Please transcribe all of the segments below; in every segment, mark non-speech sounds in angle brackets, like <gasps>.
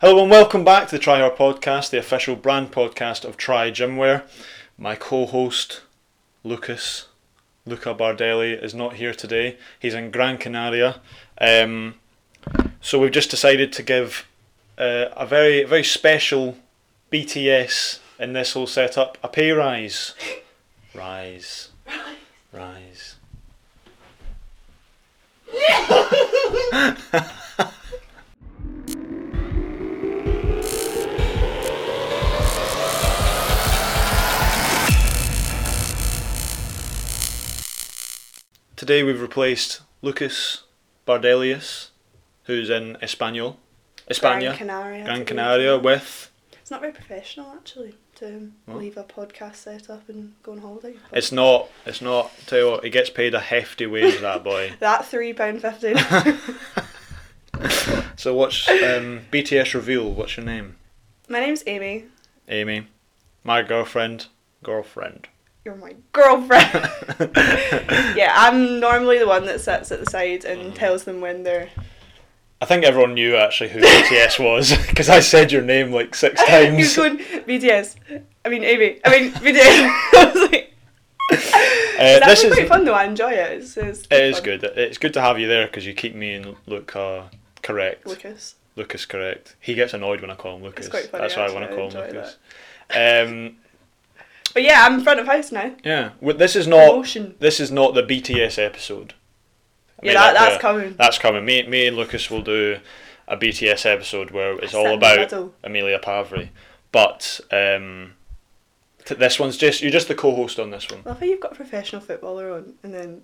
Hello and welcome back to the Try Her podcast, the official brand podcast of Try Gymwear. My co-host Lucas, Luca Bardelli, is not here today. He's in Gran Canaria, um, so we've just decided to give uh, a very very special BTS in this whole setup a pay rise, rise, rise. <laughs> Today we've replaced Lucas Bardelius, who's in Espanol, Gran España, Canaria. Gran to be- Canaria, with It's not very professional actually to um, leave a podcast set up and go on holiday. But It's not. It's not. Tell you what, he gets paid a hefty wage, <laughs> that boy. that three <laughs> pound fifty. <laughs> So what's um, BTS reveal? What's your name? my name's Amy. Amy, my girlfriend, <laughs> girlfriend. You're my girlfriend. <laughs> yeah, I'm normally the one that sits at the side Mm. and tells them when they're. <laughs> I think everyone knew actually who BTS was <laughs> because I said your name like <laughs> six You're times. going BTS. I mean Amy. I mean <laughs> BTS. I was like, Uh, it's this actually is quite fun though. I enjoy it. It's, it's it is fun. good. It's good to have you there because you keep me and Luca correct. Lucas. Lucas correct. He gets annoyed when I call him Lucas. quite funny, That's why I actually, want to I call him enjoy Lucas. Um, But yeah, I'm front of house now. yeah. Well, this is not. Promotion. This is not the BTS episode. I Yeah, made that, clear. that's coming. That's coming. Me, me and Lucas will do a BTS episode where it's I sat all in the about middle. Amelia Pavry. But um, t- this one's just you're just the co-host on this one. I love how you've got a professional footballer on, and then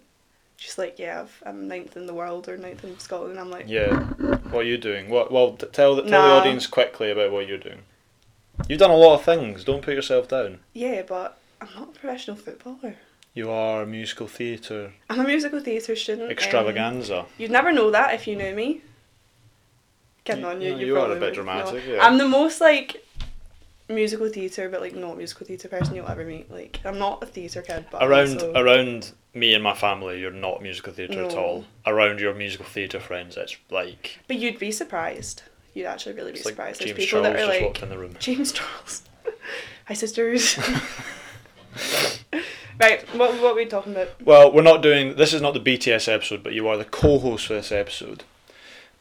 she's like, "Yeah, I've, I'm ninth in the world or ninth in Scotland." And I'm like, Yeah. What are you doing? What? Well, t- tell the, tell the No. audience quickly about what you're doing. You've done a lot of things. Don't put yourself down. "Yeah, but I'm not a professional footballer. You are a musical theatre I'm a musical theatre student." um, extravaganza. you'd never know that if you knew me. Getting You- on you. no, you you are a probably bit would know. dramatic, yeah. I'm the most like musical theatre, but like not musical theatre person you'll ever meet. Like I'm not a theatre kid, but I'm around also- around me and my family, you're not musical theatre at No. all. Around your musical theatre friends, it's like But you'd be surprised. You'd actually really be it's like surprised. James There's people Charles that are just like walked in the room. <laughs> James Charles. Hi, sisters. <laughs> right, what, what are we talking about? Well, we're not doing this is not the BTS episode, but you are the co-host for this episode.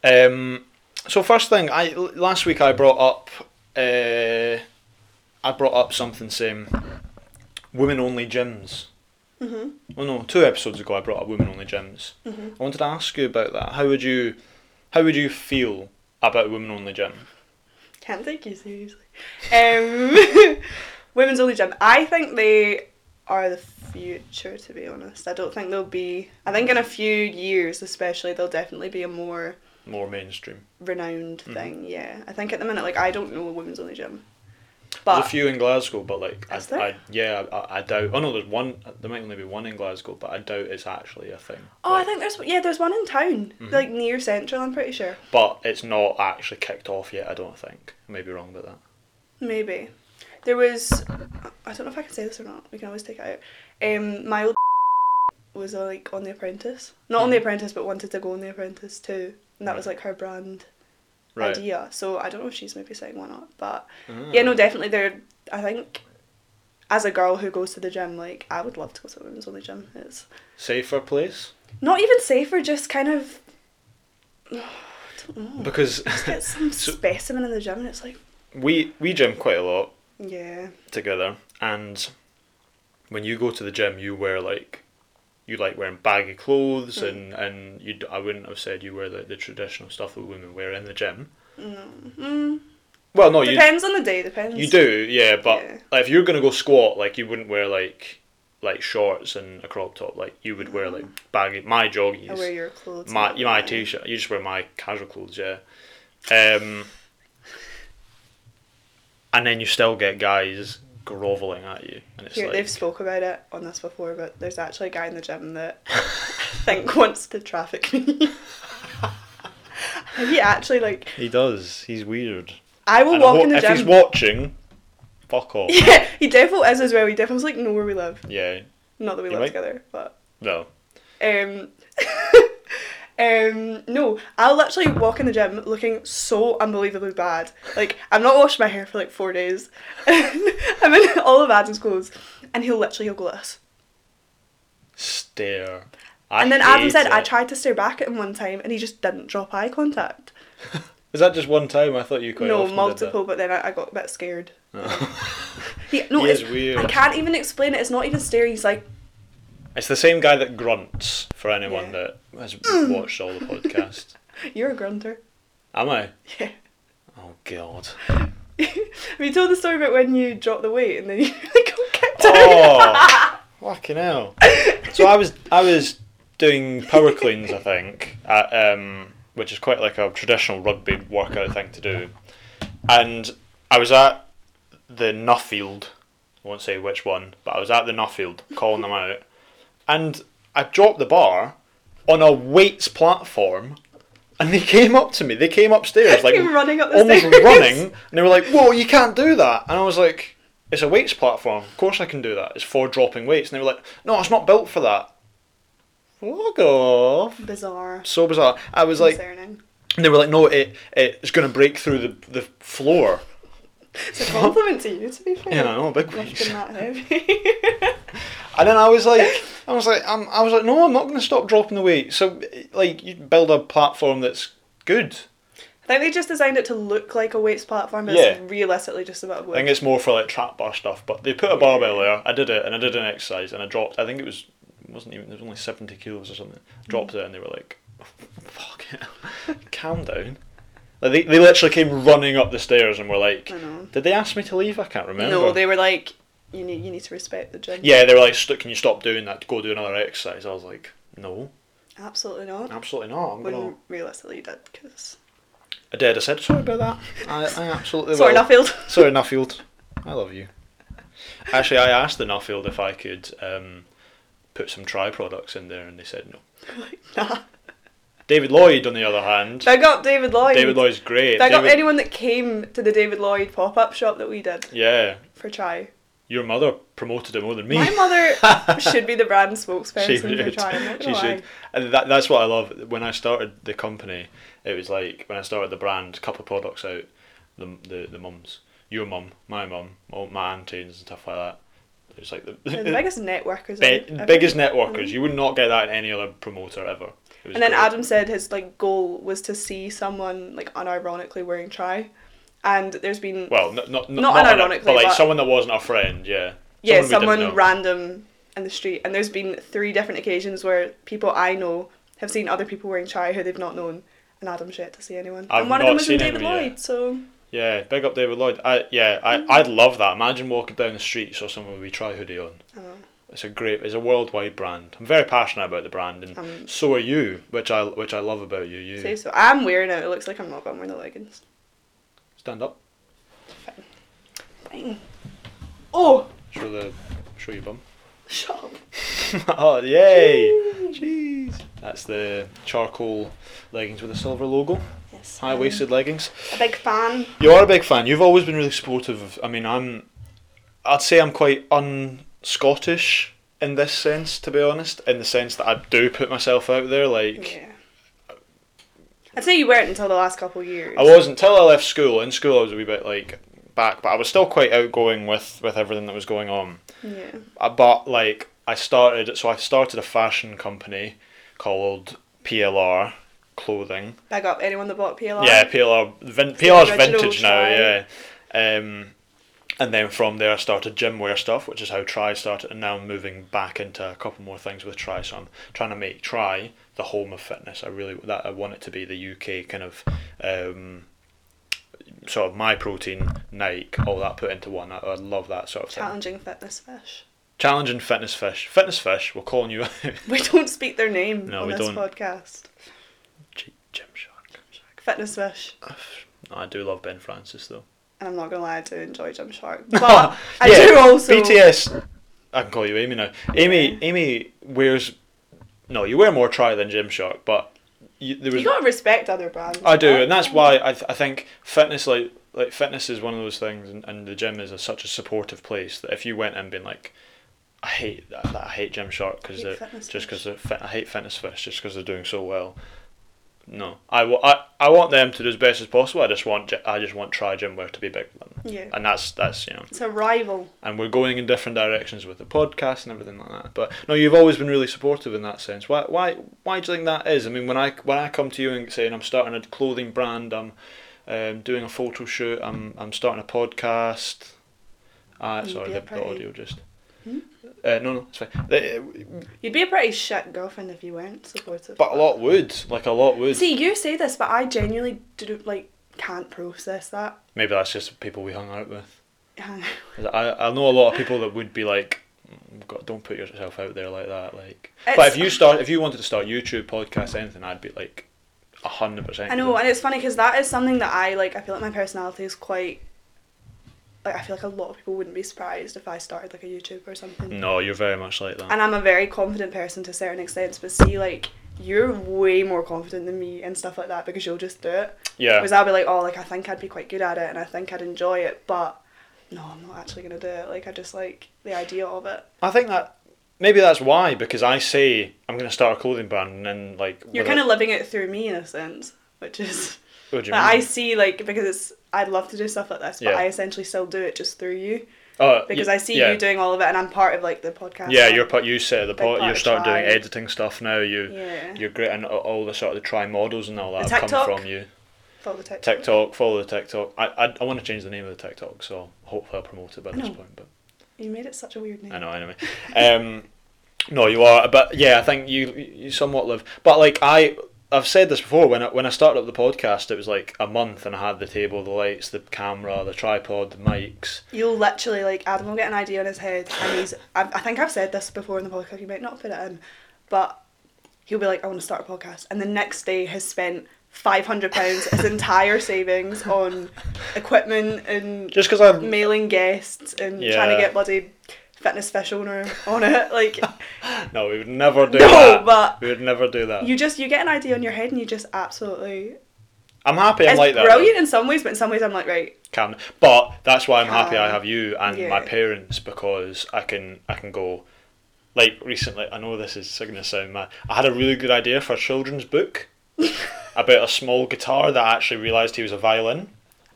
Um, so first thing, I l- last week I brought up uh, I brought up something saying women-only gyms. Mm-hmm. Well, no, two episodes ago I brought up women-only gyms. Mhm. I wanted to ask you about that. How would you how would you feel about a women-only gym? Can't take you seriously. Um, <laughs> women's only gym. I think they are the future, to be honest. I don't think they'll be. I think in a few years, especially, they'll definitely be a more More mainstream. renowned Mhm. thing. Yeah, I think at the minute, like I don't know a women's only gym, There's but a few in Glasgow, but like, I, Is there? I, yeah, I, I doubt. Oh no, there's one. There might only be one in Glasgow, but I doubt it's actually a thing. oh, I Like, think there's yeah, there's one in town, Mhm. like near central. I'm pretty sure. But it's not actually kicked off yet. I don't think. I may be wrong about that. Maybe. There was. I don't know if I can say this or not. We can always take it out. Um, my old <laughs> was uh, like on The Apprentice. Not on The Mhm. Apprentice, but wanted to go on The Apprentice too. And that was like her brand Right. idea. So I don't know if she's maybe saying one up. But Ah. yeah, no, definitely there. I think as a girl who goes to the gym, like I would love to go to a women's only gym. It's Safer place not even safer, just kind of. <sighs> I don't know. because <laughs> Just get some So- specimen in the gym and it's like, we we gym quite a lot yeah. together, and when you go to the gym, you wear like. You like wearing baggy clothes, Mm. and and you. d- I wouldn't have said you wear the, the traditional stuff that women wear in the gym. Mm, mm, Well, no, you depends on the day, depends. You do, yeah, but Yeah. Like, if you're gonna go squat, like you wouldn't wear like like shorts and a crop top. Like you would wear like baggy my Mm. I wear joggies, your clothes. my not yeah, my mine. t-shirt. You just wear my casual clothes, yeah. Um, and then you still get guys groveling at you, and it's Here, like they've spoke about it on this before, but there's actually a guy in the gym that <laughs> I think wants to traffic me. he actually like he does. He's weird. I will And Oh, walk ho- in the if gym. he's watching, fuck off. <laughs> yeah, he definitely is as well. He definitely's like know where we live. yeah, Not that we You live might- together, but no. um, <laughs> Um, no, I'll literally walk in the gym looking so unbelievably bad. Like I've not washed my hair for like four days. <laughs> I'm in all of Adam's clothes, and he'll literally he'll go like this. Stare. I and then Adam hate said I it. tried to stare back at him one time, and he just didn't drop eye contact. Is that just one time? I thought you quite no, often <laughs> multiple, but then I, I got a bit scared. Did that. He, no, He it's, is weird. I can't even explain it. It's not even staring. He's like, it's the same guy that grunts. For anyone Yeah. that has watched all the podcasts, "You're a grunter." <laughs> am I? Yeah. Oh God. we told the story about when you dropped the weight and then you <laughs> like got kicked Oh, fucking hell! So I was I was doing power cleans, I think, at, um, which is quite like a traditional rugby workout thing to do, and I was at the Nuffield. I won't say which one, but I was at the Nuffield calling them out, and I dropped the bar on a weights platform. And they came up to me. They came upstairs, <laughs> like Came running up the almost stairs. running, and they were like, "Whoa, you can't do that!" And I was like, "It's a weights platform. Of course I can do that. It's for dropping weights." And they were like, "No, it's not built for that." Fuck off! <laughs> Bizarre. So bizarre. I was like, Concerning. and they were like, "No, it it's going to break through the the floor." It's a compliment to you, to be fair. Yeah, I know, big Must weights. been that heavy. <laughs> And then I was like, I was like, um, I was like, no, I'm not going to stop dropping the weight. So, like, you build a platform that's good. I think they just designed it to look like a weights platform, but Yeah. it's realistically just a bit of I think wood. it's more for like trap bar stuff. But they put a barbell there. I did it, and I did an exercise, and I dropped. I think it was it wasn't even. It was only seventy kilos or something. Dropped it, and they were like, "Fuck it, <laughs> calm down." Like they, they literally came running up the stairs and were like, I know. "Did they ask me to leave? I can't remember." No, they were like, you need you need to respect the gym. Yeah, they were like, "St- "Can you stop doing that? Go do another exercise." I was like, "No, Absolutely not. absolutely not. I'm When gonna." realistically you did, because. I did. I said sorry about that. I, I absolutely Sorry, will." <laughs> Nuffield. Sorry, Nuffield. I love you. Actually, I asked the Nuffield if I could um, put some try products in there, and they said no. nah. David Lloyd, on the other hand, Big up David Lloyd. David Lloyd's great. Big up David- anyone that came to the David Lloyd pop up shop that we did yeah, for try. your mother promoted him more than me. My mother should be the brand spokesperson for should. try. I'm not <laughs> She gonna lie. should. And that, that's what I love. When I started the company, it was like when I started the brand, a couple of products out, the the, the mums, your mum, my mum, all my aunties and stuff like that. It's like <laughs> the, They're the biggest networkers. Be- I've ever- biggest networkers. You would not get that in any other promoter ever. It was mm. And then great. Adam said his like goal was to see someone like unironically wearing try, and there's been Well, not not not, Not not an- unironically, but like but- someone that wasn't a friend. Yeah. yeah we didn't someone, know. random in the street, and there's been three different occasions where people I know have seen other people wearing try who they've not known, and Adam's yet to see anyone. I've and one not of them was in seen David anyone yet. Lloyd, so Yeah, big up David Lloyd. I yeah, I Mm. I'd love that. Imagine walking down the street saw someone with a wee try hoodie on. I don't know. It's a great. It's a worldwide brand. I'm very passionate about the brand, and Um, so are you, which I which I love about you. You Say so. I'm wearing it. It looks like I'm not, but I'm wearing the leggings. stand up. Fine. Oh, Show the show your bum. <laughs> shut up. oh yay! Jeez. That's the charcoal leggings with a silver logo. Yes. High waisted leggings. I'm A big fan. You are a big fan. You've always been really supportive. of- I mean, I'm. I'd say I'm quite un-Scottish in this sense, to be honest. In the sense that I do put myself out there. Like Yeah. I'd say you weren't until the last couple of years. I wasn't till I left school. In school, I was a wee bit like back, but I was still quite outgoing with with everything that was going on. Yeah. I bought like I started. So I started a fashion company called PLR Clothing. Big up anyone that bought PLR. Yeah, PLR. Vin- the PLR's original vintage now, Try. yeah. Um, and then from there, I started gym wear stuff, which is how Try started, and now I'm moving back into a couple more things with Try. So I'm trying to make Try the home of fitness. I really that I want it to be the UK kind of um, sort of my protein, Nike, all that put into one. I, I love that sort of thing. Challenging fitness fish. <laughs> Challenge and fitness fish, fitness fish. We're calling you <laughs> out. We don't speak their name No, on we this don't. podcast. Gee, Gymshark. Fitness fish. I do love Ben Francis though. And I'm not gonna lie, I do enjoy <laughs> Gymshark. <laughs> But I do also BTS. I can call you Amy now. Amy, Amy wears. No, you wear more try than Gymshark, but you, there was. You gotta respect other brands. I do, and that's why I, th- I think fitness like like fitness is one of those things, and, and the gym is a, such a supportive place that if you went in being like, I hate that, that I hate Gymshark because Hate they're Fitness just Fish. because they're fit, I hate fitness fish just because they're doing so well. No, I, w- I, I want them to do as best as possible. I just want J- I just want Try Gymwear to be bigger than them, Yeah. and that's that's you know, It's a rival. and we're going in different directions with the podcast and everything like that. But no, you've always been really supportive in that sense. Why why why do you think that is? I mean, when I when I come to you and saying I'm starting a clothing brand, I'm um, doing a photo shoot, I'm I'm starting a podcast. Uh, You'd sorry, be the, a the pretty- audio just. Hmm? Uh, no, no, it's fine. The- You'd be a pretty shit girlfriend if you weren't supportive. But a lot would, like a lot would. See, you say this, but I genuinely do like can't process that. <laughs> Maybe that's just people we hung out with. I, I know a lot of people that would be like, "Mm, God, don't put yourself out there like that. Like, but It's- if you start, if you wanted to start YouTube, podcast, anything, I'd be like, a hundred percent. I know, and it's funny because that is something that I like. I feel like my personality is quite. Like I feel like a lot of people wouldn't be surprised if I started like a YouTube or something. No, you're very much like that. And I'm a very confident person to certain extents, but see, like you're way more confident than me and stuff like that because you'll just do it. Yeah, Whereas I'll be like, oh, like I think I'd be quite good at it and I think I'd enjoy it, but no, I'm not actually gonna do it. Like I just like the idea of it. I think that maybe that's why because I say I'm going to start a clothing brand and then like You're whether- kind of living it through me in a sense, which is What do you like, I mean? see like because it's I'd love to do stuff like this, but Yeah. I essentially still do it just through you Oh, because y- I see yeah. you doing all of it and I'm part of like the podcast. Yeah, now. you're part. You set the Big pot. part You of start doing Try. editing stuff now. You Yeah. you're great and all the sort of the try models and all that The have come TikTok. from you. Follow the tech. TikTok, follow the TikTok. I, I, I want to change the name of the TikTok, so hopefully I'll promote it by this know. point. But You made it such a weird name. I know anyway. Um, no, you are, but yeah, I think you you somewhat live. But like I, I've said this before. When I, when I started up the podcast, it was like a month, and I had the table, the lights, the camera, the tripod, the mics. You'll literally like Adam will get an idea in his head, and he's. I, I think I've said this before in the podcast. You might not put it in, but he'll be like, "I want to start a podcast," and the next day has spent five hundred pounds, his entire savings on equipment and Just because I mailing guests and trying Yeah. to get bloody fitness fish owner on it. Like no, we would never do No, that. but- we would never do that. you just you get an idea in your head, and you just absolutely. I'm happy. I'm it's like that. though. brilliant in some ways, but in some ways, I'm like right. can but that's why I'm happy I Can. have you and my Yeah. parents because I can I can go like recently I know this is gonna sound mad I had a really good idea for a children's <laughs> book about a small guitar that I actually realised he was a violin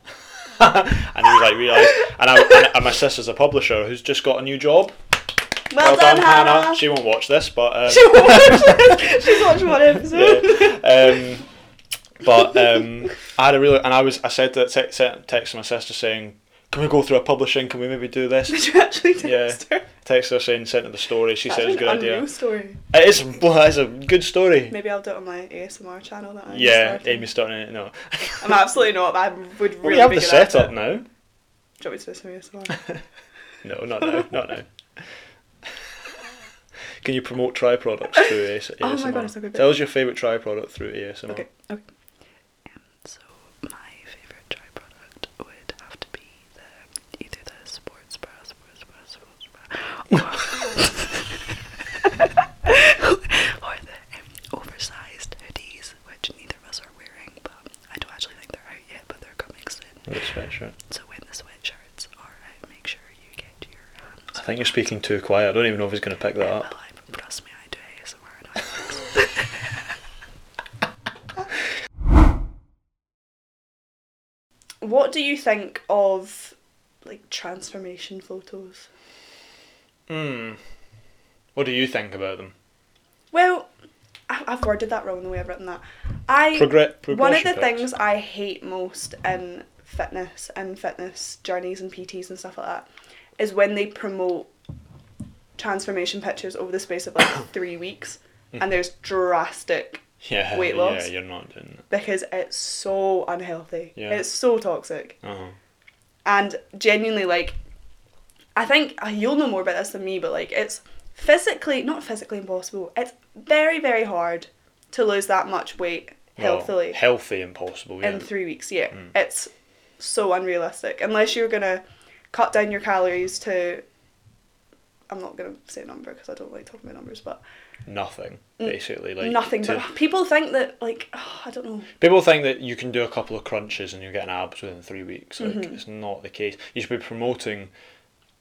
<laughs> and he was like realised and, I, and my sister's a publisher who's just got a new job Well, done, Hannah. <laughs> she won't watch this but um, She won't watch this. She's watched one <laughs> episode. um, but um, I had a really, and I was, I said that te- sent text to my sister saying, "Can we go through a publishing? Can we maybe do <laughs> this?" Did you actually Yeah. text her? Text her saying, "Sent her the story." She said it was a good an idea. unreal story. It is, <laughs> well, it's a good story. Maybe I'll do it on my ASMR channel. That I'm Yeah, starting. Amy's starting it. No, I'm absolutely not. But I would really we have be the good at setup it. now. Do you want me to do some ASMR? No, not now, not now. <laughs> Can you promote try products through AS- ASMR? <laughs> Oh my God, it's so good. Tell us your favourite try product through ASMR. okay. Okay. Um, so my favorite dry product would have to be the either the sports bra, sports bra, sports bra, or, <laughs> or the um, oversized hoodies, which neither of us are wearing. But I don't actually think they're out yet, but they're coming soon. With a sweatshirt. So when the sweatshirts are out, make sure you get your hands. I think you're speaking too quiet. I don't even know if he's going to pick that Well, up. I, trust me, I do ASMR and I What do you think of like transformation photos? Hmm. What do you think about them? Well, I- I've worded that wrong the way I've written that. I Progre- one of progression the pics. things I hate most in fitness and fitness journeys and PTs and stuff like that is when they promote transformation pictures over the space of like <coughs> three weeks Hmm. and there's drastic Yeah, <laughs> weight loss. Yeah, you're not doing because it's so unhealthy. Yeah. It's so toxic. that. Uh-huh. And genuinely, like, I think uh, you'll know more about this than me, but like, it's physically, not physically impossible, it's very, very hard to lose that much weight Well, healthily healthy, impossible. Yeah. Mm. in three weeks. Yeah. It's so unrealistic. Unless you're going to cut down your calories to. I'm not going to say a number because I don't like talking about numbers, but Nothing basically. Like mm, nothing. to- But people think that, like, oh, I don't know. people think that you can do a couple of crunches and you're getting abs within three weeks. Like Mm-hmm. it's not the case. You should be promoting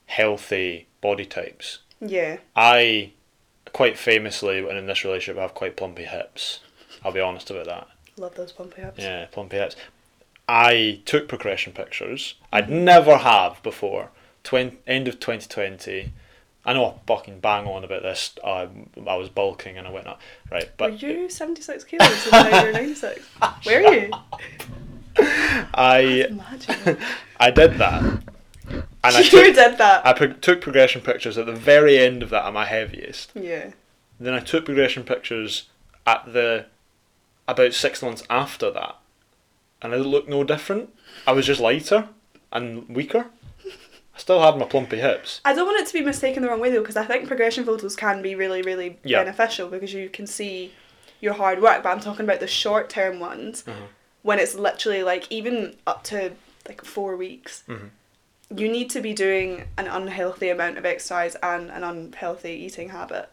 healthy body types. Yeah. I quite famously, and in this relationship, have quite plumpy hips. I'll be honest about that. Love those pumpy ups. Yeah, Pompey Hats. I took progression pictures. I'd never have before. Twen- end of 2020. I know I fucking bang on about this. I, I was bulking and I went up. Right, Were but you 76 kilos and now <laughs> you're 96? Where are you? I <laughs> Imagine. I did that. And I <laughs> you took, did that. I pro- took progression pictures at the very end of that at my heaviest. yeah. Then I took progression pictures at the about six months after that, and I looked no different. I was just lighter and weaker. I still had my plumpy hips. I don't want it to be mistaken the wrong way though, because I think progression photos can be really, really Yeah. beneficial because you can see your hard work. But I'm talking about the short term ones Mm-hmm. when it's literally like even up to like four weeks. Mm-hmm. You need to be doing an unhealthy amount of exercise and an unhealthy eating habit.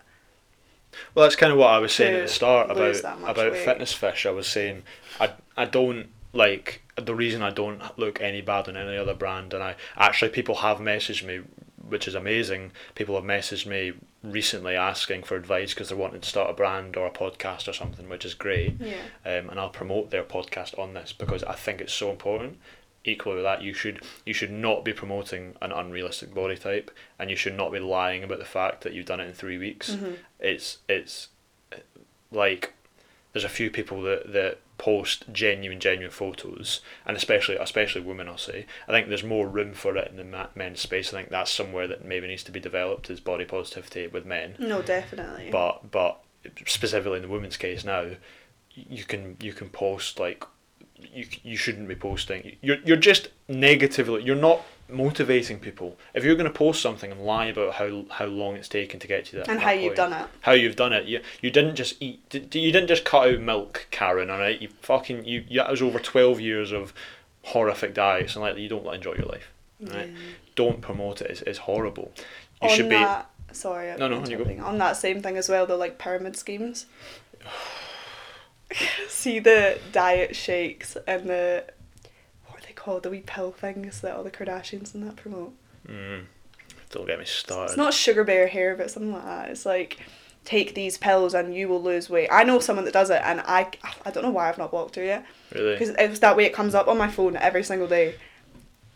Well, that's kind of what I was saying at the To start lose about that much about weight. fitness fish. I was saying I I don't like the reason I don't look any bad on any other brand, and I actually people have messaged me, which is amazing. People have messaged me recently asking for advice because they're wanting to start a brand or a podcast or something, which is great. Yeah. um, and I'll promote their podcast on this because I think it's so important. Equally with that, you should you should not be promoting an unrealistic body type, and you should not be lying about the fact that you've done it in three weeks. It's it's uh, like there's a few people that that post genuine genuine photos, and especially especially women, I'll say. I think there's more room for it in the ma- men's space. I think that's somewhere that maybe needs to be developed is body positivity with men No, definitely. but but specifically in the women's case now you can you can post like you you shouldn't be posting you're you're just negatively you're not motivating people if you're going to post something and lie about how how long it's taken to get to that and that how you've point, done it. how you've done it you you didn't just eat d- d- you didn't just cut out milk karen all right you fucking you, you that was over 12 years of horrific diets and like you don't enjoy your life right don't promote it it's, it's horrible you on should be that, sorry, No, no, I'm on you go. interrupting. On that same thing as well, the like pyramid schemes. <sighs> See the diet shakes and the what are they called? The wee pill things that all the Kardashians and that promote. Mm. Don't get me started. It's not sugar bear hair, but something like that. It's like take these pills and you will lose weight. I know someone that does it, and I I don't know why I've not blocked her yet really. because it's that way it comes up on my phone every single day,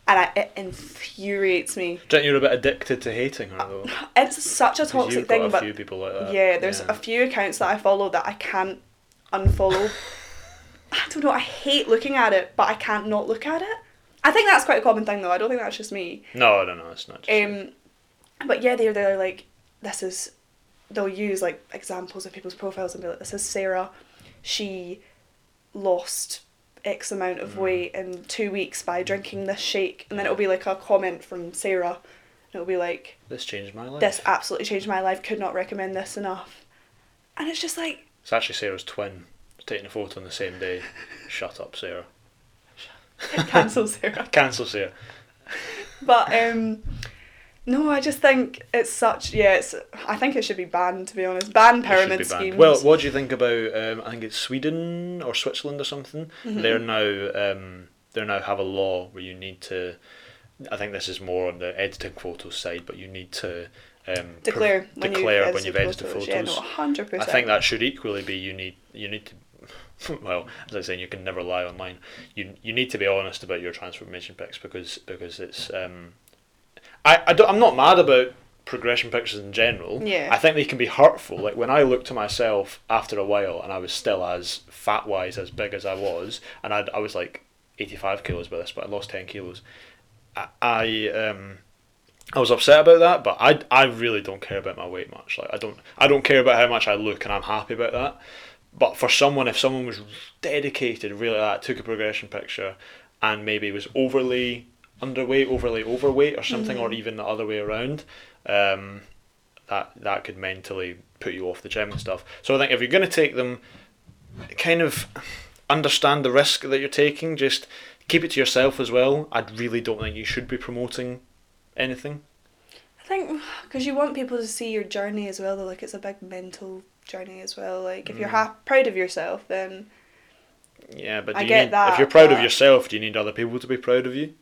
and I, it infuriates me. Don't you're a bit addicted to hating her though? It's such a 'Cause toxic you've got thing, a but few people like that. yeah, there's a few accounts that I follow that I can't unfollow. <laughs> I don't know, I hate looking at it, but I can't not look at it. I think that's quite a common thing though, I don't think that's just me. no, no, no, it's not. Just Um, but yeah, they're, they're like, this is, they'll use like examples of people's profiles and be like, this is Sarah, she lost X amount of weight in two weeks by drinking this shake, and then it'll be like a comment from Sarah, and it'll be like, this changed my life. this absolutely changed my life, could not recommend this enough. And it's just like, It's actually Sarah's twin. Taking a photo on the same day. Shut up, Sarah. cancel Sarah. Cancel Sarah. <laughs> But um, no, I just think it's such. Yeah, it's. I think it should be banned. To be honest, ban It should pyramid be banned. schemes. Well, what do you think about? Um, I think it's Sweden or Switzerland or something. Mm-hmm. They're now um, they're now have a law where you need to. I think this is more on the editing photos side, but you need to um, pro- declare when declare you've when you've edited edited photos. Yeah, no, I hundred percent. think that should equally be you need you need to <laughs> well as I was saying you can never lie online. You you need to be honest about your transformation pics because because it's um I I don't, I'm not mad about progression pictures in general. Yeah. I think they can be hurtful. Like when I looked to myself after a while and I was still as fat wise as big as I was and I I was like 85 kilos by this but I lost 10 kilos. I, I um I was upset about that, but I, I really don't care about my weight much. Like I don't I don't care about how much I look, and I'm happy about that. But for someone, if someone was dedicated, really like that took a progression picture, and maybe was overly underweight, overly overweight, or something, Mm. or even the other way around, um, that that could mentally put you off the gym and stuff. So I think if you're gonna take them, kind of understand the risk that you're taking. Just keep it to yourself as well. I really don't think you should be promoting anything. I think because you want people to see your journey as well. Though, like it's a big mental journey as well. Like if you're Mm. hap- proud of yourself, then Yeah, but I do you get need, that, if you're proud of but- yourself, do you need other people to be proud of you?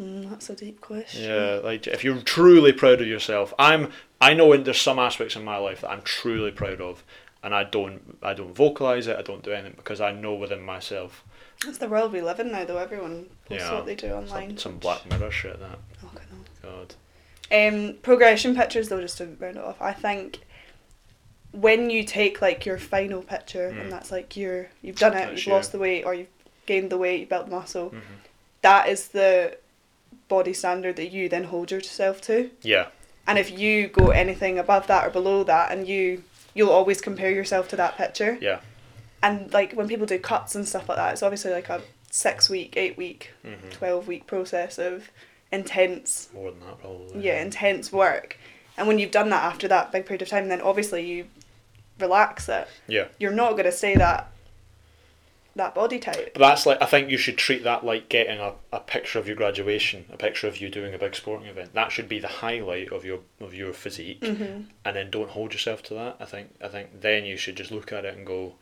mm, that's a deep question. Yeah, like if you're truly proud of yourself, I'm. I know in- there's some aspects in my life that I'm truly proud of, and I don't I don't vocalize it. I don't do anything because I know within myself. That's the world we live in now, though. Everyone posts Yeah. what they do online. Some, some Black Mirror shit that Oh, God, no. God. Um, progression pictures, though, just to round it off, I think when you take like your final picture Mm. and that's like your you've done it, That's you've you. lost the weight or you've gained the weight, you built muscle, Mhm. that is the body standard that you then hold yourself to. Yeah, And if you go anything above that or below that, and you you'll always compare yourself to that picture. yeah, And like when people do cuts and stuff like that, it's obviously like a six week, eight week, Mhm. twelve week process of intense more than that probably. yeah, intense work. And when you've done that after that big period of time, then obviously you relax it. yeah. You're not going to stay that that body type. But that's like I think you should treat that like getting a, a picture of your graduation, a picture of you doing a big sporting event. That should be the highlight of your of your physique, and then don't hold yourself to that. I think I think then you should just look at it and go.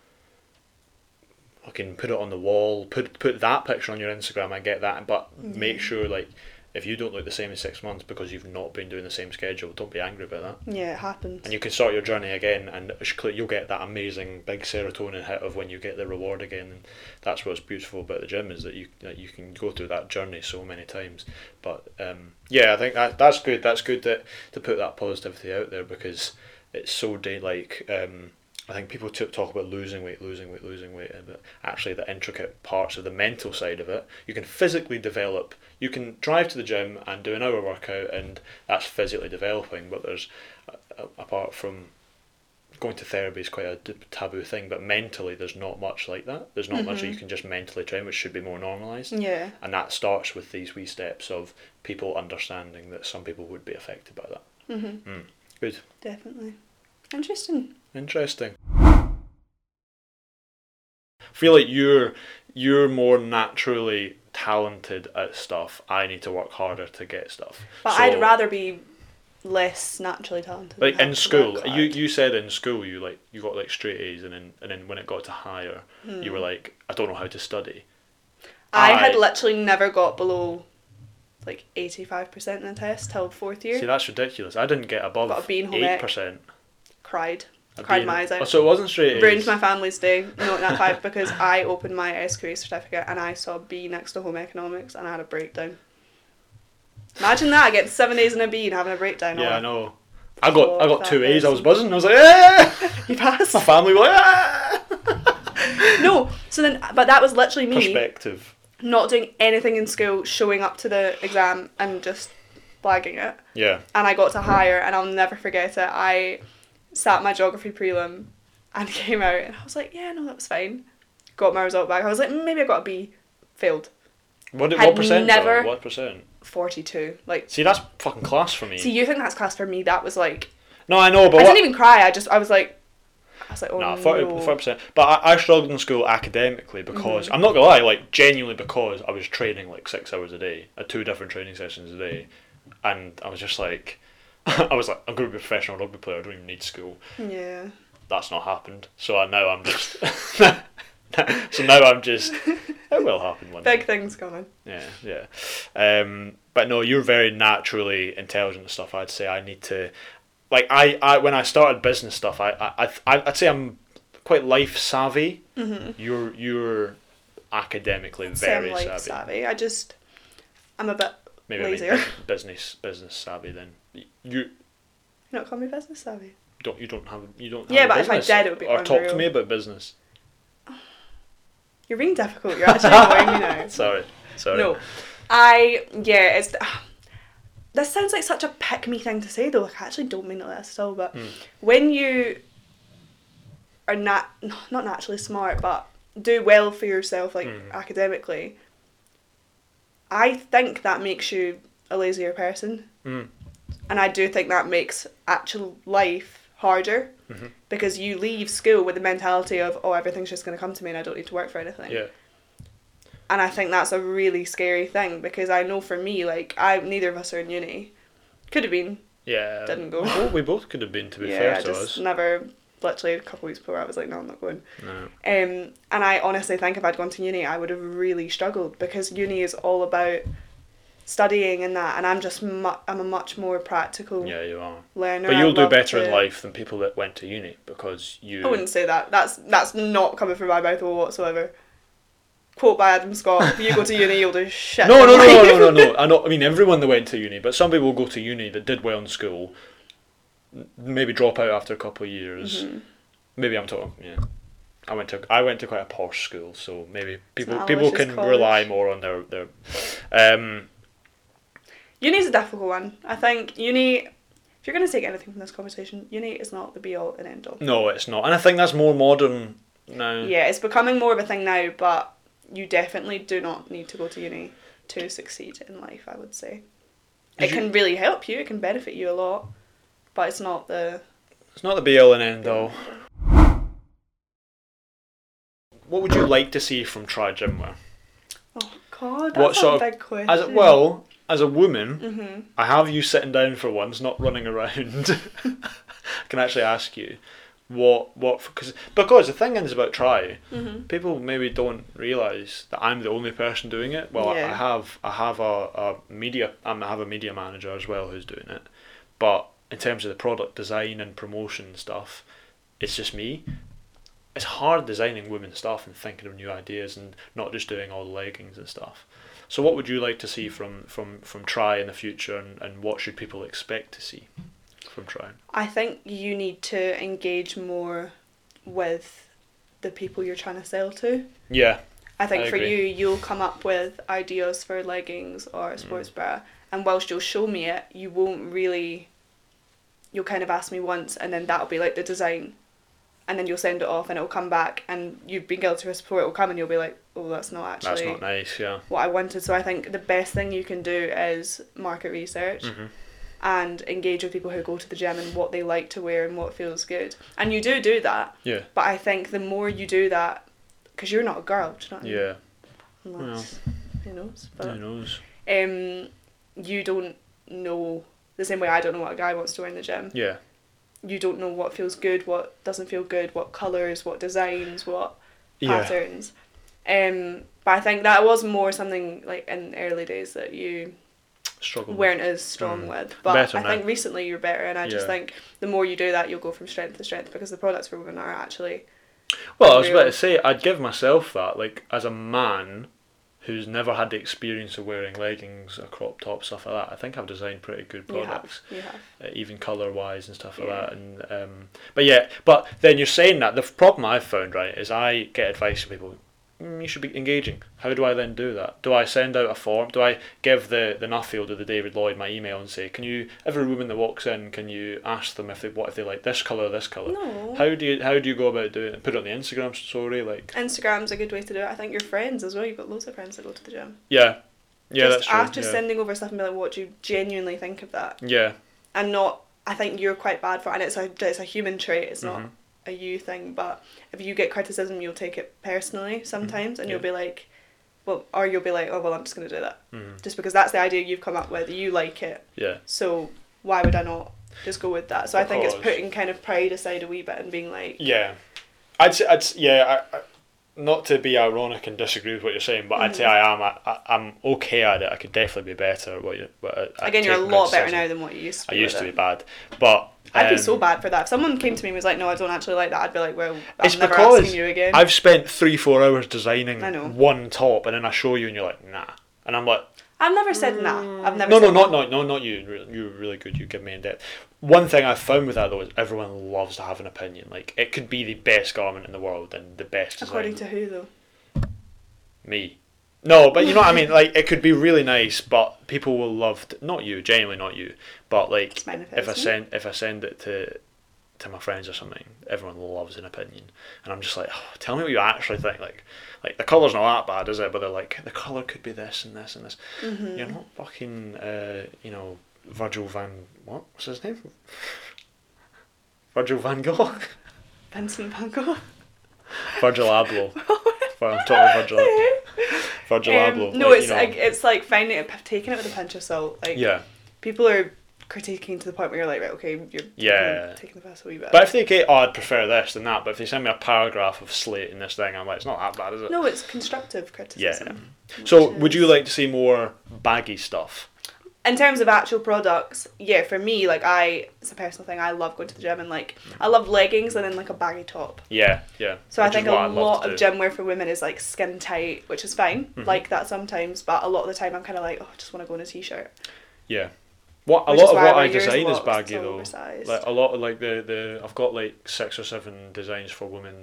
Fucking put it on the wall. Put put that picture on your Instagram. I get that, but make sure like if you don't look the same in six months because you've not been doing the same schedule, don't be angry about that. Yeah, it happens. And you can start your journey again, and it's clear- you'll get that amazing big serotonin hit of when you get the reward again. And that's what's beautiful about the gym is that you that you can go through that journey so many times. But um, yeah, I think that that's good. That's good that to put that positivity out there because it's so day like. Um, I think people t- talk about losing weight, losing weight, losing weight, and but actually the intricate parts of the mental side of it, you can physically develop. You can drive to the gym and do an hour workout, and that's physically developing. But there's a- a- apart from going to therapy is quite a d- taboo thing, but mentally there's not much like that. There's not much that you can just mentally train, which should be more normalised. yeah, And that starts with these wee steps of people understanding that some people would be affected by that. hmm Mm. Good. definitely. Interesting. Interesting. I feel like you're you're more naturally talented at stuff. I need to work harder to get stuff. But So, I'd rather be less naturally talented. than like in that. school. That's You hard. you said in school you like you got like straight A's and then and then when it got to higher you Hmm. were like I don't know how to study. I, had I- literally never got below like eighty five percent in a test till fourth year. See that's ridiculous. I didn't get Got a above B in home eight ec. percent. Oh, Cried, cried my eyes out. So it wasn't straight A's. ruined my family's day not that five because I opened my SQA certificate and I saw B next to home economics and I had a breakdown. Imagine that getting seven A's and a B and having a breakdown. Oh, yeah, on I know. I got I Fuck got that two A's. I was person. buzzing. I was like, yeah. it. <laughs> you passed. My family were like, "Ah!" no, so then, but that was literally me perspective. not doing anything in school, showing up to the exam and just blagging it. Yeah. and I got to higher, and I'll never forget it. I sat my geography prelim and <laughs> came out, and I was like, yeah, no, that was fine. Got my result back. I was like, "Mm, maybe I got a B. Failed. What, Had what percent? though? never- What percent? 42. Like, See, that's fucking class for me. see, you think that's class for me? That was like, no, I know, but I what? didn't even cry. I just, I was like, I was like, oh Nah, no. 40 percent. But I, I struggled in school academically Mm-hmm. because I'm not gonna lie, like genuinely because I was training like six hours a day, at two different training sessions a day, and I was just like, <laughs> I was like, I'm gonna be a professional rugby player. I don't even need school. Yeah. That's not happened. So I now I'm just. <laughs> so now I'm just. It will happen one day. Big things coming. Yeah, yeah. Um, but no, you're very naturally intelligent and stuff. I'd say I need to, like, I, I when I started business stuff, I, I, I I'd say I'm quite life savvy. Mm-hmm. You're, you're academically very Same life savvy. savvy. I just, I'm a bit Maybe lazier. I mean bu- business, business savvy. Then you You're not calling me business savvy. don't, you don't have, you don't. Yeah, have a but if I business. did, it would be Or talk to unreal. me about business. You're being <laughs> difficult. You're actually annoying me now. Sorry, sorry. No, I yeah. It's <sighs> this sounds like such a pick me thing to say though. Like I actually don't mean it like that at all. But when you are not <sighs> not naturally smart, but do well for yourself, like academically, I think that makes you a lazier person, Mm. and I do think that makes actual life harder. Because you leave school with the mentality of, oh, everything's just going to come to me and I don't need to work for anything. Yeah, And I think that's a really scary thing because I know for me, like, I neither of us are in uni. Could have been. yeah. Didn't go. Well, we both could have been, to be <laughs> yeah, fair I to just us. never. Literally a couple weeks before, I was like, no, I'm not going. No. Um, and I honestly think if I'd gone to uni, I would have really struggled because uni is all about studying and that, and I'm just mu- I'm a much more practical Yeah, you are. learner. But I you'll do love better in to- life than people that went to uni because you. I wouldn't say that. That's that's not coming from my mouth whatsoever. Quote by Adam Scott: If you go to uni, you'll do shit. No, in no, no, no, life." no, no. <laughs> I know. I mean, everyone that went to uni, but some people go to uni that did well in school, n- maybe drop out after a couple of years. Mm-hmm. Maybe I'm talking. Yeah, I went to I went to quite a posh school, so maybe people not people Alish's can college. rely more on their their. Um, Uni's a difficult one. I think uni. If you're going to take anything from this conversation, uni is not the be all and end all. no, it's not, and I think that's more modern now. Yeah, it's becoming more of a thing now, but you definitely do not need to go to uni to succeed in life, I would say. Did it you- can really help you, it can benefit you a lot, but it's not the. It's not the be all and end all. What would you like to see from Try Gymwear? Oh, God, that's What a sort of- big question. As well as a woman, hmm I have you sitting down for once, not running around. <laughs> I can actually ask you what what because because the thing is about try hmm people maybe don't realize that I'm the only person doing it. Well, I, Yeah. I have I have a, a media um, I have a media manager as well who's doing it, but in terms of the product design and promotion stuff, it's just me. It's hard designing women's stuff and thinking of new ideas and not just doing all the leggings and stuff. So, what would you like to see from from from Try in the future, and, and what should people expect to see from Try? I think you need to engage more with the people you're trying to sell to. Yeah, I think I for agree. you, you'll come up with ideas for leggings or Mm. a sports bra, and whilst you'll show me it, you won't really. You'll kind of ask me once, and then that'll be like the design, and then you'll send it off, and it'll come back, and you've been guilty of this before. It'll come, and you'll be like, "Oh, that's not actually that's not nice. Yeah, what I wanted." So I think the best thing you can do is market research Mhm. and engage with people who go to the gym and what they like to wear and what feels good. And you do do that, yeah, but I think the more you do that, because you're not a girl, do you know what I mean? yeah. unless who knows. Who But knows? um, you don't know the same way I don't know what a guy wants to wear in the gym. Yeah. You don't know what feels good, what doesn't feel good, what colours, what designs, what Yeah. patterns. Um, but I think that was more something like in the early days that you Struggle. with. weren't as strong Mm. with. But Better I now. think recently you're better, and I just Yeah. think the more you do that, you'll go from strength to strength because the products for women are actually Well, I was about Real. to say, I'd give myself that, like, as a man who's never had the experience of wearing leggings, a crop top, stuff like that. I think I've designed pretty good you have products, you have. uh, even color wise and stuff like Yeah. that. And um, but yeah, but then you're saying that the f- problem I've found right is I get advice from people. Mm, you should be engaging. How do I then do that? Do I send out a form? Do I give the the Nuffield or the David Lloyd my email and say, can you every woman that walks in, can you ask them if they what if they like this color, this color? No. How do you how do you go about doing it? Put it on the Instagram story, like Instagram's a good way to do it. I think your friends as well. You've got loads of friends that go to the gym. yeah, yeah, just that's true. after yeah. sending over stuff and be like, what do you genuinely think of that? yeah, And not, I think you're quite bad for it. And it's a, it's a human trait, it's not Mm-hmm. a you thing. But if you get criticism, you'll take it personally sometimes and you'll Mm-hmm. yeah. be like, well, or you'll be like, oh, well, I'm just going to do that. Mhm. Just because that's the idea you've come up with, you like it. yeah, So why would I not just go with that? So I think it's Because- putting kind of pride aside a wee bit and being like, yeah. I'd say, I'd s- yeah, I, I, not to be ironic and disagree with what you're saying, but I'd say I am Mm-hmm. I, I, I'm okay at it. I could definitely be better. at What you but I, I again, you're a take my lot better decision. now than what you used to I be. used with to be it. bad, but I'd be um, so bad for that. If someone came to me and was like, "No, I don't actually like that," I'd be like, "Well, I'm It's never because asking you again." I've spent three four hours designing I know. one top, and then I show you, and you're like, nah, and I'm like. I've never said nah. I've never. No, no, said not nah. no, no, not you. Re- You were really good. You give me in depth. One thing I found with that though is everyone loves to have an opinion. Like it could be the best garment in the world and the best design. According to who though? me, no, but you know what I mean. Like it could be really nice, but people will love. T- not you, genuinely not you. But like It's mine if if I it's me. send if I send it to to my friends or something, everyone loves an opinion, and I'm just like, oh, tell me what you actually think. Like, like the color's not that bad, is it? But they're like, the color could be this and this and this. Mm-hmm. You're not fucking, uh, you know, Virgil van what? What's his name? <laughs> Virgil van Gogh. <laughs> Vincent Van Gogh. <laughs> Virgil Abloh. Well, I'm talking Virgil. Virgil <laughs> Um, Abloh. no, like, it's you know. like, it's like finding it, taking it with a pinch of salt. Like yeah. people are critiquing to the point where you're like, right, okay, you're Yeah. taking the piss a wee bit. But if they get, oh, I'd prefer this than that, but if they send me a paragraph of slate in this thing, I'm like, it's not that bad, is it? no, it's constructive criticism. So, which would you is- like to see more baggy stuff? in terms of actual products, yeah, for me, like I, it's a personal thing. I love going to the gym and like I love leggings and then like a baggy top. Yeah, yeah. So which I is think a what I'd love lot to of do. Mm-hmm. gym wear for women is like skin tight, which is fine. Like that sometimes, but a lot of the time I'm kind of like, oh, I just want to go in a t-shirt. Yeah. What a Which lot is of why what my I ears design is locked, baggy it's all though. oversized. Like a lot of like the the I've got like six or seven designs for women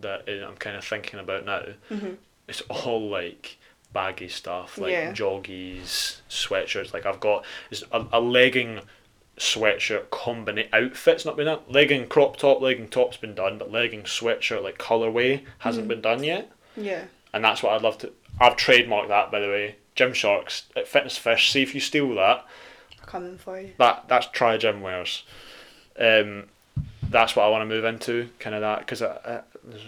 that I- I'm kind of thinking about now. Mhm. It's all like baggy stuff, like Yeah. joggies, sweatshirts. Like I've got it's a, a legging sweatshirt combination outfit's not been done. Legging crop top, legging top's been done, but legging sweatshirt like colorway hasn't Mm-hmm. been done yet. Yeah. and that's what I'd love to. I've trademarked that, by the way. Gym Sharks at Fitness Fish. See if you steal that. I'll come in for you. That that's try gym wears. Um, that's what I want to move into, kind of that, because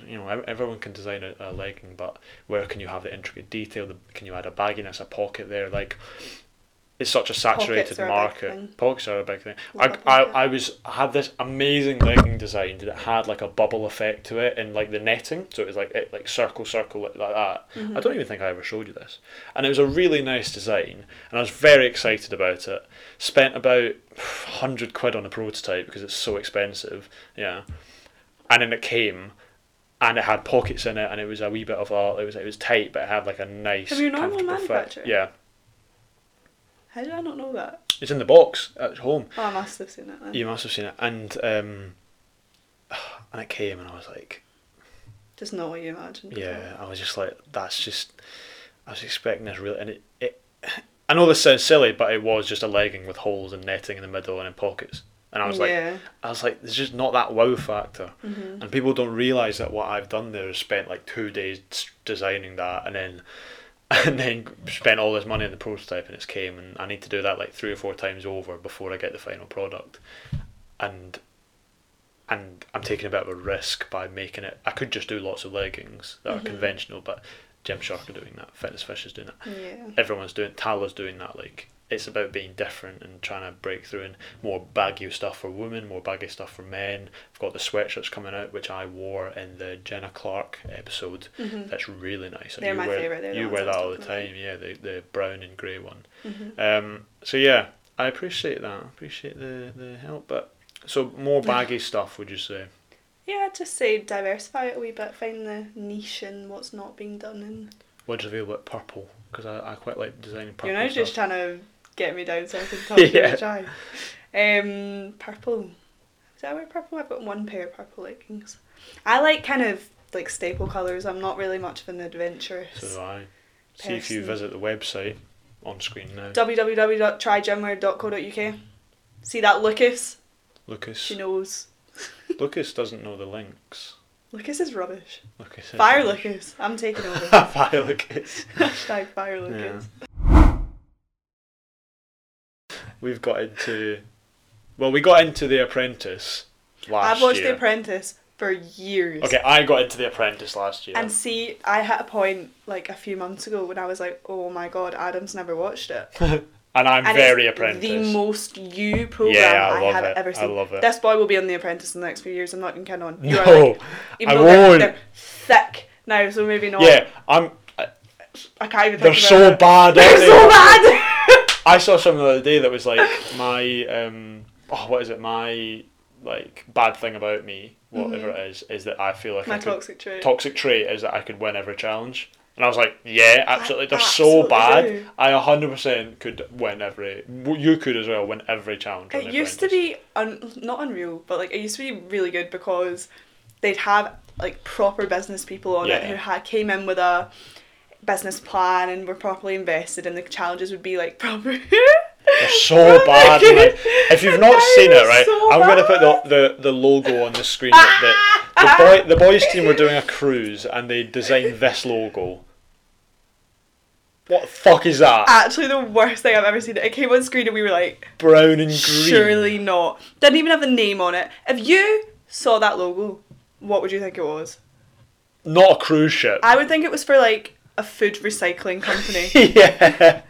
you know ev- everyone can design a, a legging, but where can you have the intricate detail? The, can you add a bagginess, a pocket there? Like it's such a saturated Pockets are a big market. thing. Pockets are a big thing. Love I, a I pocket. I was I had this amazing legging design that had like a bubble effect to it and like the netting, so it was like it like circle circle like that. Mm-hmm. I don't even think I ever showed you this. And it was a really nice design, and I was very excited about it. Spent about hundred quid on a prototype because it's so expensive. Yeah, and then it came, and it had pockets in it, and it was a wee bit of a it was it was tight, but it had like a nice. Have you known one comfortable fit. manufacturer? Yeah, How did I not know that? it's in the box at home. Oh, I must have seen it then. You must have seen it, and um, <sighs> and it came, and I was like, Just not what you imagined. yeah, I was just like, that's just, I was expecting this really, and it, it I know this sounds silly, but it was just a legging with holes and netting in the middle and in pockets, and I was like, yeah. I was like, there's just not that wow factor, Mhm. and people don't realize that what I've done there is spent like two days s- designing that, and then. <laughs> And then spent all this money on the prototype, and it's came, and I need to do that like three or four times over before I get the final product and and I'm taking a bit of a risk by making it. I could just do lots of leggings that are conventional, but Gymshark are doing that, Fitness Fish is doing that, Yeah. everyone's doing, Tala's doing that. Like it's about being different and trying to break through and more baggy stuff for women, more baggy stuff for men. I've got the sweatshirts coming out, which I wore in the Jenna Clark episode. Mhm. That's really nice. They're you my wear, favourite, they're the You ones wear I that was all the talking about. time, yeah. The the brown and grey one. Mhm. Um, so yeah, I appreciate that. I appreciate the, the help. But so more baggy stuff, would you say? Yeah, I'd just say diversify it a wee bit, find the niche in what's not being done. And What'd you feel about purple? Because I, I quite like designing purple you're now stuff. just trying to get me down so I <laughs> can talk yeah. Yeah. to try. Um, purple. Is that wear purple? I've got one pair of purple leggings. I like kind of like staple colours. I'm not really much of an adventurous. so do I see if you person. visit the website on screen now. www.trygymwear.co.uk. See that Lucas? Lucas She knows. Lucas doesn't know the links. Lucas is <laughs> rubbish. Lucas is- Fire Lucas. I'm taking <laughs> over. Fire Lucas. Hashtag fire <laughs> Lucas. We've got into well, we got into The Apprentice last I've watched year. The Apprentice for years. okay, I got into The Apprentice last year. And see, I hit a point like a few months ago when I was like, oh my god, Adam's never <laughs> watched it. And I'm And very it's apprentice. The most you program Yeah, I I, love have it. I ever seen. love it. This boy will be on The Apprentice in the next few years. I'm not even kidding on. You no, are, like, even I though they're- won't. They're thick now, so maybe not. yeah, I'm. I can't even. They're think so bad. about it. Aren't <laughs> They're they? so bad. <laughs> I saw something the other day that was like my um. Oh, what is it? My like bad thing about me, whatever it is, is that I feel like Mm-hmm. my I could, toxic trait. toxic trait is that I could win every challenge. And I was like, yeah, absolutely. They're so absolutely bad. do. I 100% could win every. You could as well win every challenge. on It The used to Apprentice. be un- not unreal, but like it used to be really good because they'd have like proper business people on it Yeah. who ha- came in with a business plan and were properly invested, and the challenges would be like <laughs> proper. They're so <laughs> bad. like, if you've not They seen it, were right, so I'm going to put bad. the, the, the logo on the screen. that, <laughs> that the boy the boys team were doing a cruise and they designed this logo. What the fuck is that? Actually, the worst thing I've ever seen. It came on screen and we were like, Brown and green. surely not. Didn't even have the name on it. If you saw that logo, what would you think it was? not a cruise ship. <laughs> I <laughs> would think it was for like a food recycling company. yeah.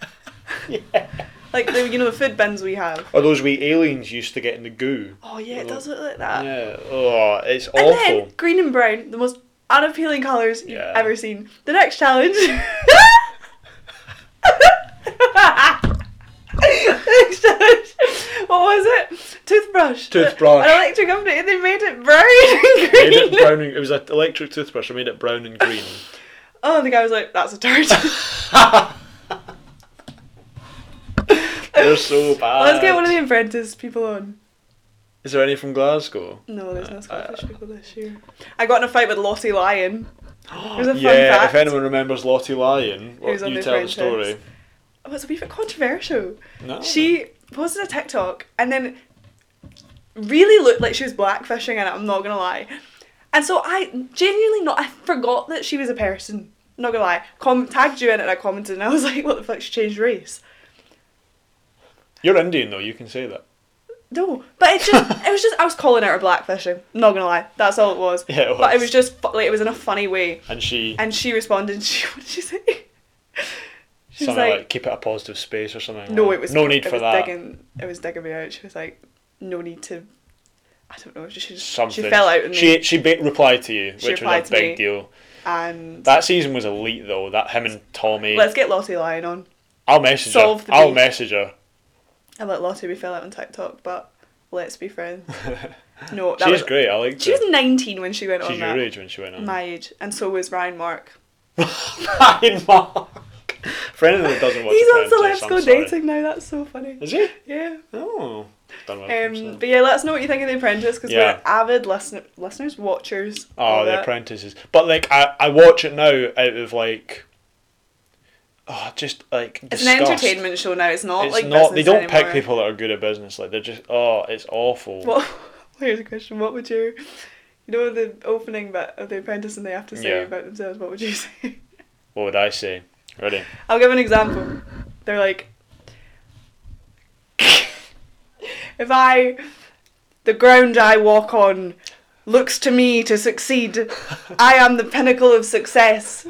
yeah. Like the you know the food bins we have. Or Oh, those wee aliens you used to get in the goo. Oh yeah, it Oh. does look like that. yeah. Oh, it's And awful. <laughs> then green and brown, the most unappealing colours you've Yeah. ever seen. The next challenge. <laughs> The next challenge. What was it? Toothbrush. Toothbrush. An electric company. and They made it brown and Made green. it brown and, it was an electric toothbrush. I made it brown and green. <laughs> Oh, the guy was like, "That's a turd." They're so bad. <laughs> Let's get one of the apprentice people on. Is there any from <gasps> Glasgow? No, there's no Scottish Uh, people this year. I got in a fight with Lottie Lyon. There's a fun yeah, fact. if anyone remembers Lottie Lyon, It was what, on you the tell the Apprentice. story. Oh, it's a wee bit controversial. No. She posted a TikTok and then really looked like she was blackfishing in it, I'm not gonna lie. And so I genuinely not I forgot that she was a person. Not gonna lie. Com- tagged you in it and I commented and I was <laughs> like, what the fuck, she changed race. You're Indian though, you can say that. No. But it just it was just I was calling out her blackfishing. Not gonna lie. That's all it was. Yeah, it But it was. was just fu- like it was in a funny way. And she And she responded, <laughs> she what did she say? She was something like, like, keep it a positive space or something. No, like- it was no need it for was that. Digging, it was digging me out. She was like, "No need to." I don't know. She just Something. she fell out and she she ba- replied to you, She which replied was a to big me. deal. and That season was elite though. That him and Tommy. let's get Lottie Lyon on. I'll message her. solve the I'll beef. message her. I like Lottie. We fell out on TikTok, but let's <laughs> be friends. No, that She's was, great. I liked She was her. nineteen when she went She's on your that. age when she went on. <laughs> My age, and so was Ryan Mark. Ryan Mark. For anyone that doesn't watch He's the on the Apprentice, Let's I'm Go sorry. Dating now. That's so funny. Is he? Yeah. Oh. Done well for Um, himself. but yeah, let us know what you think of The Apprentice because Yeah. we're avid listen- listeners, watchers. Oh, all The that. Apprentices. But like, I, I watch it now out of like, oh, just like It's disgust. an entertainment show now. It's not It's like not. They business don't pick anymore. people that are good at business. Like they're just. Oh, it's awful. <laughs> What? Here's a question. What would you, you know, the opening bit of The Apprentice, and they have to say Yeah. about themselves. What would you <laughs> say? What would I say? Ready? I'll give an example. They're like, <laughs> if I, the ground I walk on, looks to me to succeed. I am the pinnacle of success.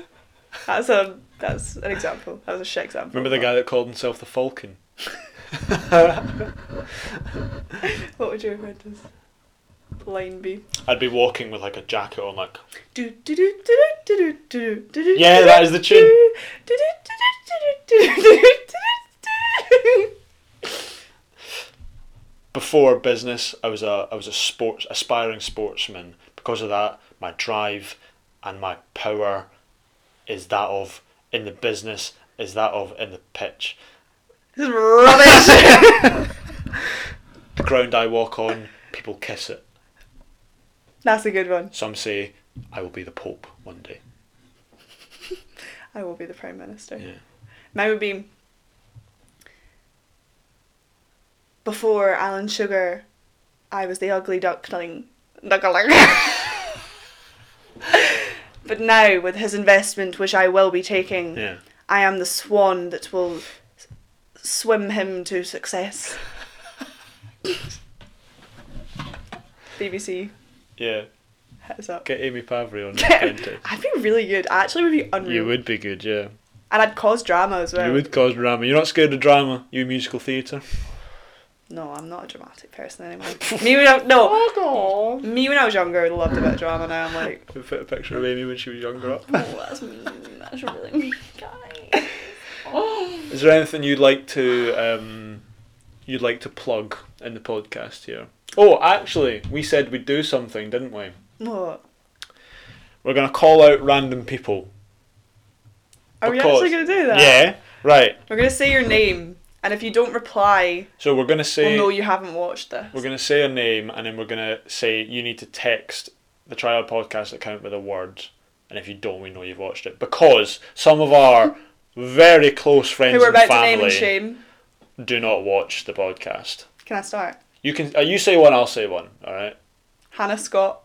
That's a that's an example. That was a shit example. Remember the guy that called himself the <laughs> Falcon? What would your apprentice line be? I'd be walking with like a jacket on, like Do do do do do do do do do do. Yeah, do, that is the tune. do, do, do, do, do, do, do, do, <laughs> do, do. before business. I was a I was a sports aspiring sportsman. Because of that, my drive and my power is that of in the business is that of in the pitch. This is rubbish. The ground I walk on, people kiss it. That's a good one. Some say I will be the Pope one day. I will be the prime minister. Yeah. Mine would be before Alan Sugar, I was the ugly duckling. Duckling. <laughs> but now, with his investment, which I will be taking, Yeah. I am the swan that will s- swim him <laughs> to success. BBC, Yeah. hit us up. Get Amy Pavry <laughs> on the apprentice. I'd be really good. I actually would be unreal. You would be good, yeah. And I'd cause drama as well. You would cause drama. You're not scared of drama. You musical theatre. No, I'm not a dramatic person <laughs> anymore. me when I no, me when I was younger, I loved a bit of drama. Now <laughs> I'm like, We put a picture of Amy when she was younger up. oh, that's mean. That's really mean, guy. <laughs> <gasps> Is there anything you'd like to um, you'd like to plug in the podcast here? Oh, actually, we said we'd do something, didn't we? What? We're gonna call out random people. Are we Because- actually gonna do that? Yeah. Right. We're gonna say your name, and if you don't reply, So we're gonna say we'll know you haven't watched this. We're gonna say a name, and then we're gonna say you need to text the Triad Podcast account with a word, and if you don't, we know you've watched it because some of our very close friends Who we're and about to name and family shame. do not watch the podcast. Can I start? You can uh, you say one, I'll say one. All right. Hannah Scott.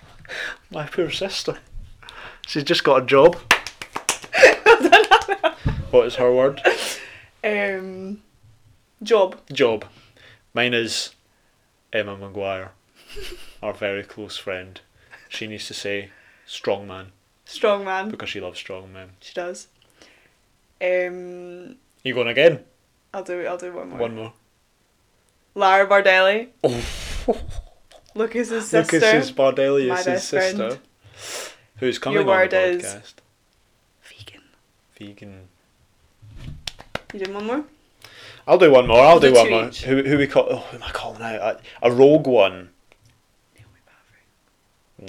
<laughs> My poor sister. She's just got a job. <laughs> what is her word? Um, Job. Job. Mine is Emma Maguire, our very close friend. She needs to say strong man Strong man. because she loves strong men. She does. Um, You going again? I'll do I'll do one more. One more. Lara Bardelli, Oh, Lucas's sister. Lucas's Bardelli my is his best sister, friend. who's coming Your on word the is- podcast. Vegan. Vegan. You doing one more? I'll do one more. I'll do Do one two more. each. Who who we call? Oh, who am I calling out? A, a rogue one. Naomi Patrick.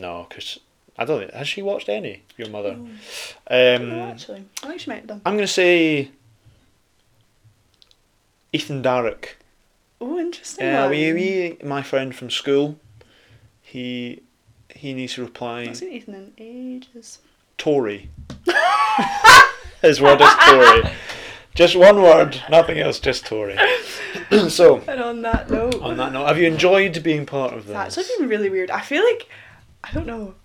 No, because I don't. think- Has she watched any? Your mother. No, Um, Oh, actually, I think she might have done. I'm gonna say Ethan Darrock. Oh, interesting. Uh, one. we, we, my friend from school. He he needs to reply. I've seen Ethan in ages. <laughs> Tory. His word is Tory. Just one word, nothing else, just <laughs> Tory. so, And on that note, on that note, have you enjoyed being part of it's this? actually been really weird. I feel like I don't know.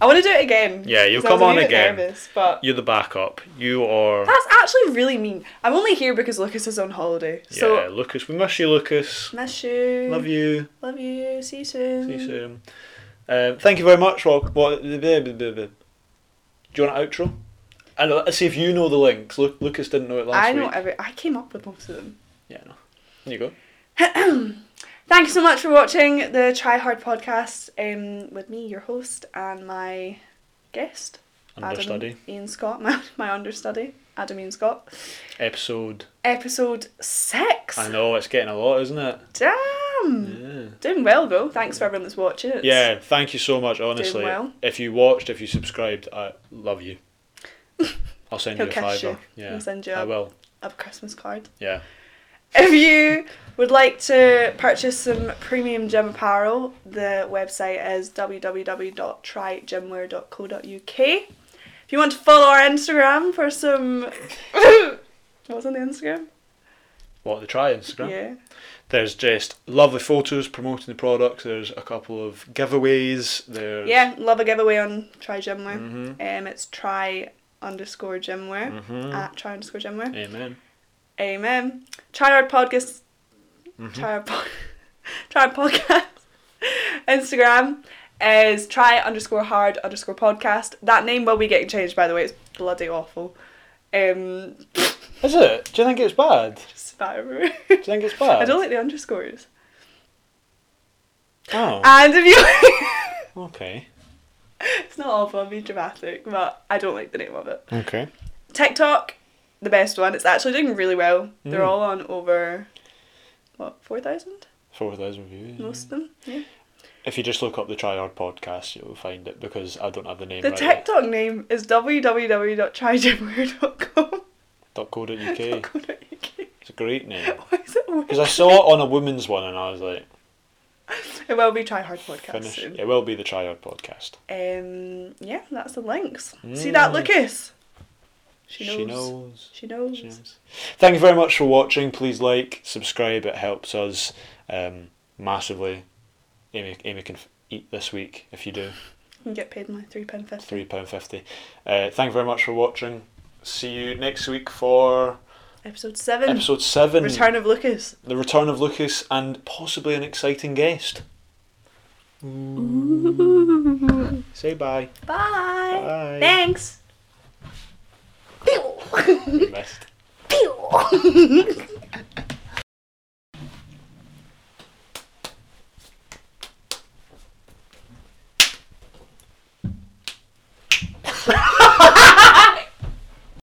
I want to do it again. Yeah, you'll 'cause I was come a on wee bit again. Nervous, but You're the backup. You are. that's actually really mean. I'm only here because Lucas is on holiday. So Mm. yeah, Lucas. We miss you, Lucas. miss you. Love you. Love you. See you soon. See you soon. Um, thank you very much. Well, what, do you want an outro? I know. Let's see if you know the links. Look, Lucas didn't know it last I know week. every. I came up with most of them. Yeah, no. There you go. Thank you so much for watching the Try Hard podcast um, with me, your host, and my guest, Understudy. Adam Ian Scott, <laughs> my, my understudy, Adam Ian Scott. Episode. Episode six. I know it's getting a lot, isn't it? Damn. Yeah. Doing well though. Thanks for everyone that's watching. It's- Yeah, thank you so much. Honestly, well. if you watched, if you subscribed, I love <laughs> you. I'll send He'll you a catch fiver. you. Yeah, He'll send you I up. will. A Christmas card. Yeah, If you would like to purchase some premium gym apparel, the website is www.trygymwear.co.uk. If you want to follow our Instagram for some. What's on the Instagram? what the try Instagram. Yeah. There's just lovely photos promoting the products. There's a couple of giveaways. There's Yeah, love a giveaway on Try Gymwear. Mhm. Um, it's try underscore gymwear Mhm. at try underscore gymwear. Amen. Amen. Try our podcast. Try our <laughs> pod. try our podcast. <laughs> Instagram is try underscore hard underscore podcast. That name will be getting changed, by the way. It's bloody awful. Um, Is it? Do you think it's bad? Do just about everywhere. you think it's bad? <laughs> I don't like the underscores. Oh, And if you, <laughs> okay. it's not awful. I'm being dramatic, but I don't like the name of it. Okay. TikTok, the best one. It's actually doing really well. They're Mm. all on over what four thousand. Four thousand views. Most of them. Yeah. If you just look up the Try Hard podcast, you'll find it because I don't have the name The right. TikTok name is www.trygymwear.com. Dot co. Dot <laughs> uk. Why It's a great name. is it weird? Because I saw it on a woman's one and I was <laughs> like, It will be Try Hard Podcast finish. soon. It will be the Triad podcast. Um, yeah, that's the links. See that, Mm. Lucas? She knows. She knows. She knows. She knows. Thank you very much for watching. Please like, subscribe. It helps us um, massively. Amy, Amy can f- eat this week if you do. You can get paid my three pound fifty. Three pound fifty. Uh, thank you very much for watching. See you next week for Episode seven. episode seven. Return of Lucas. the return of Lucas and possibly an exciting guest. Say bye. Bye. Bye. Thanks. Pew. You missed. Pew.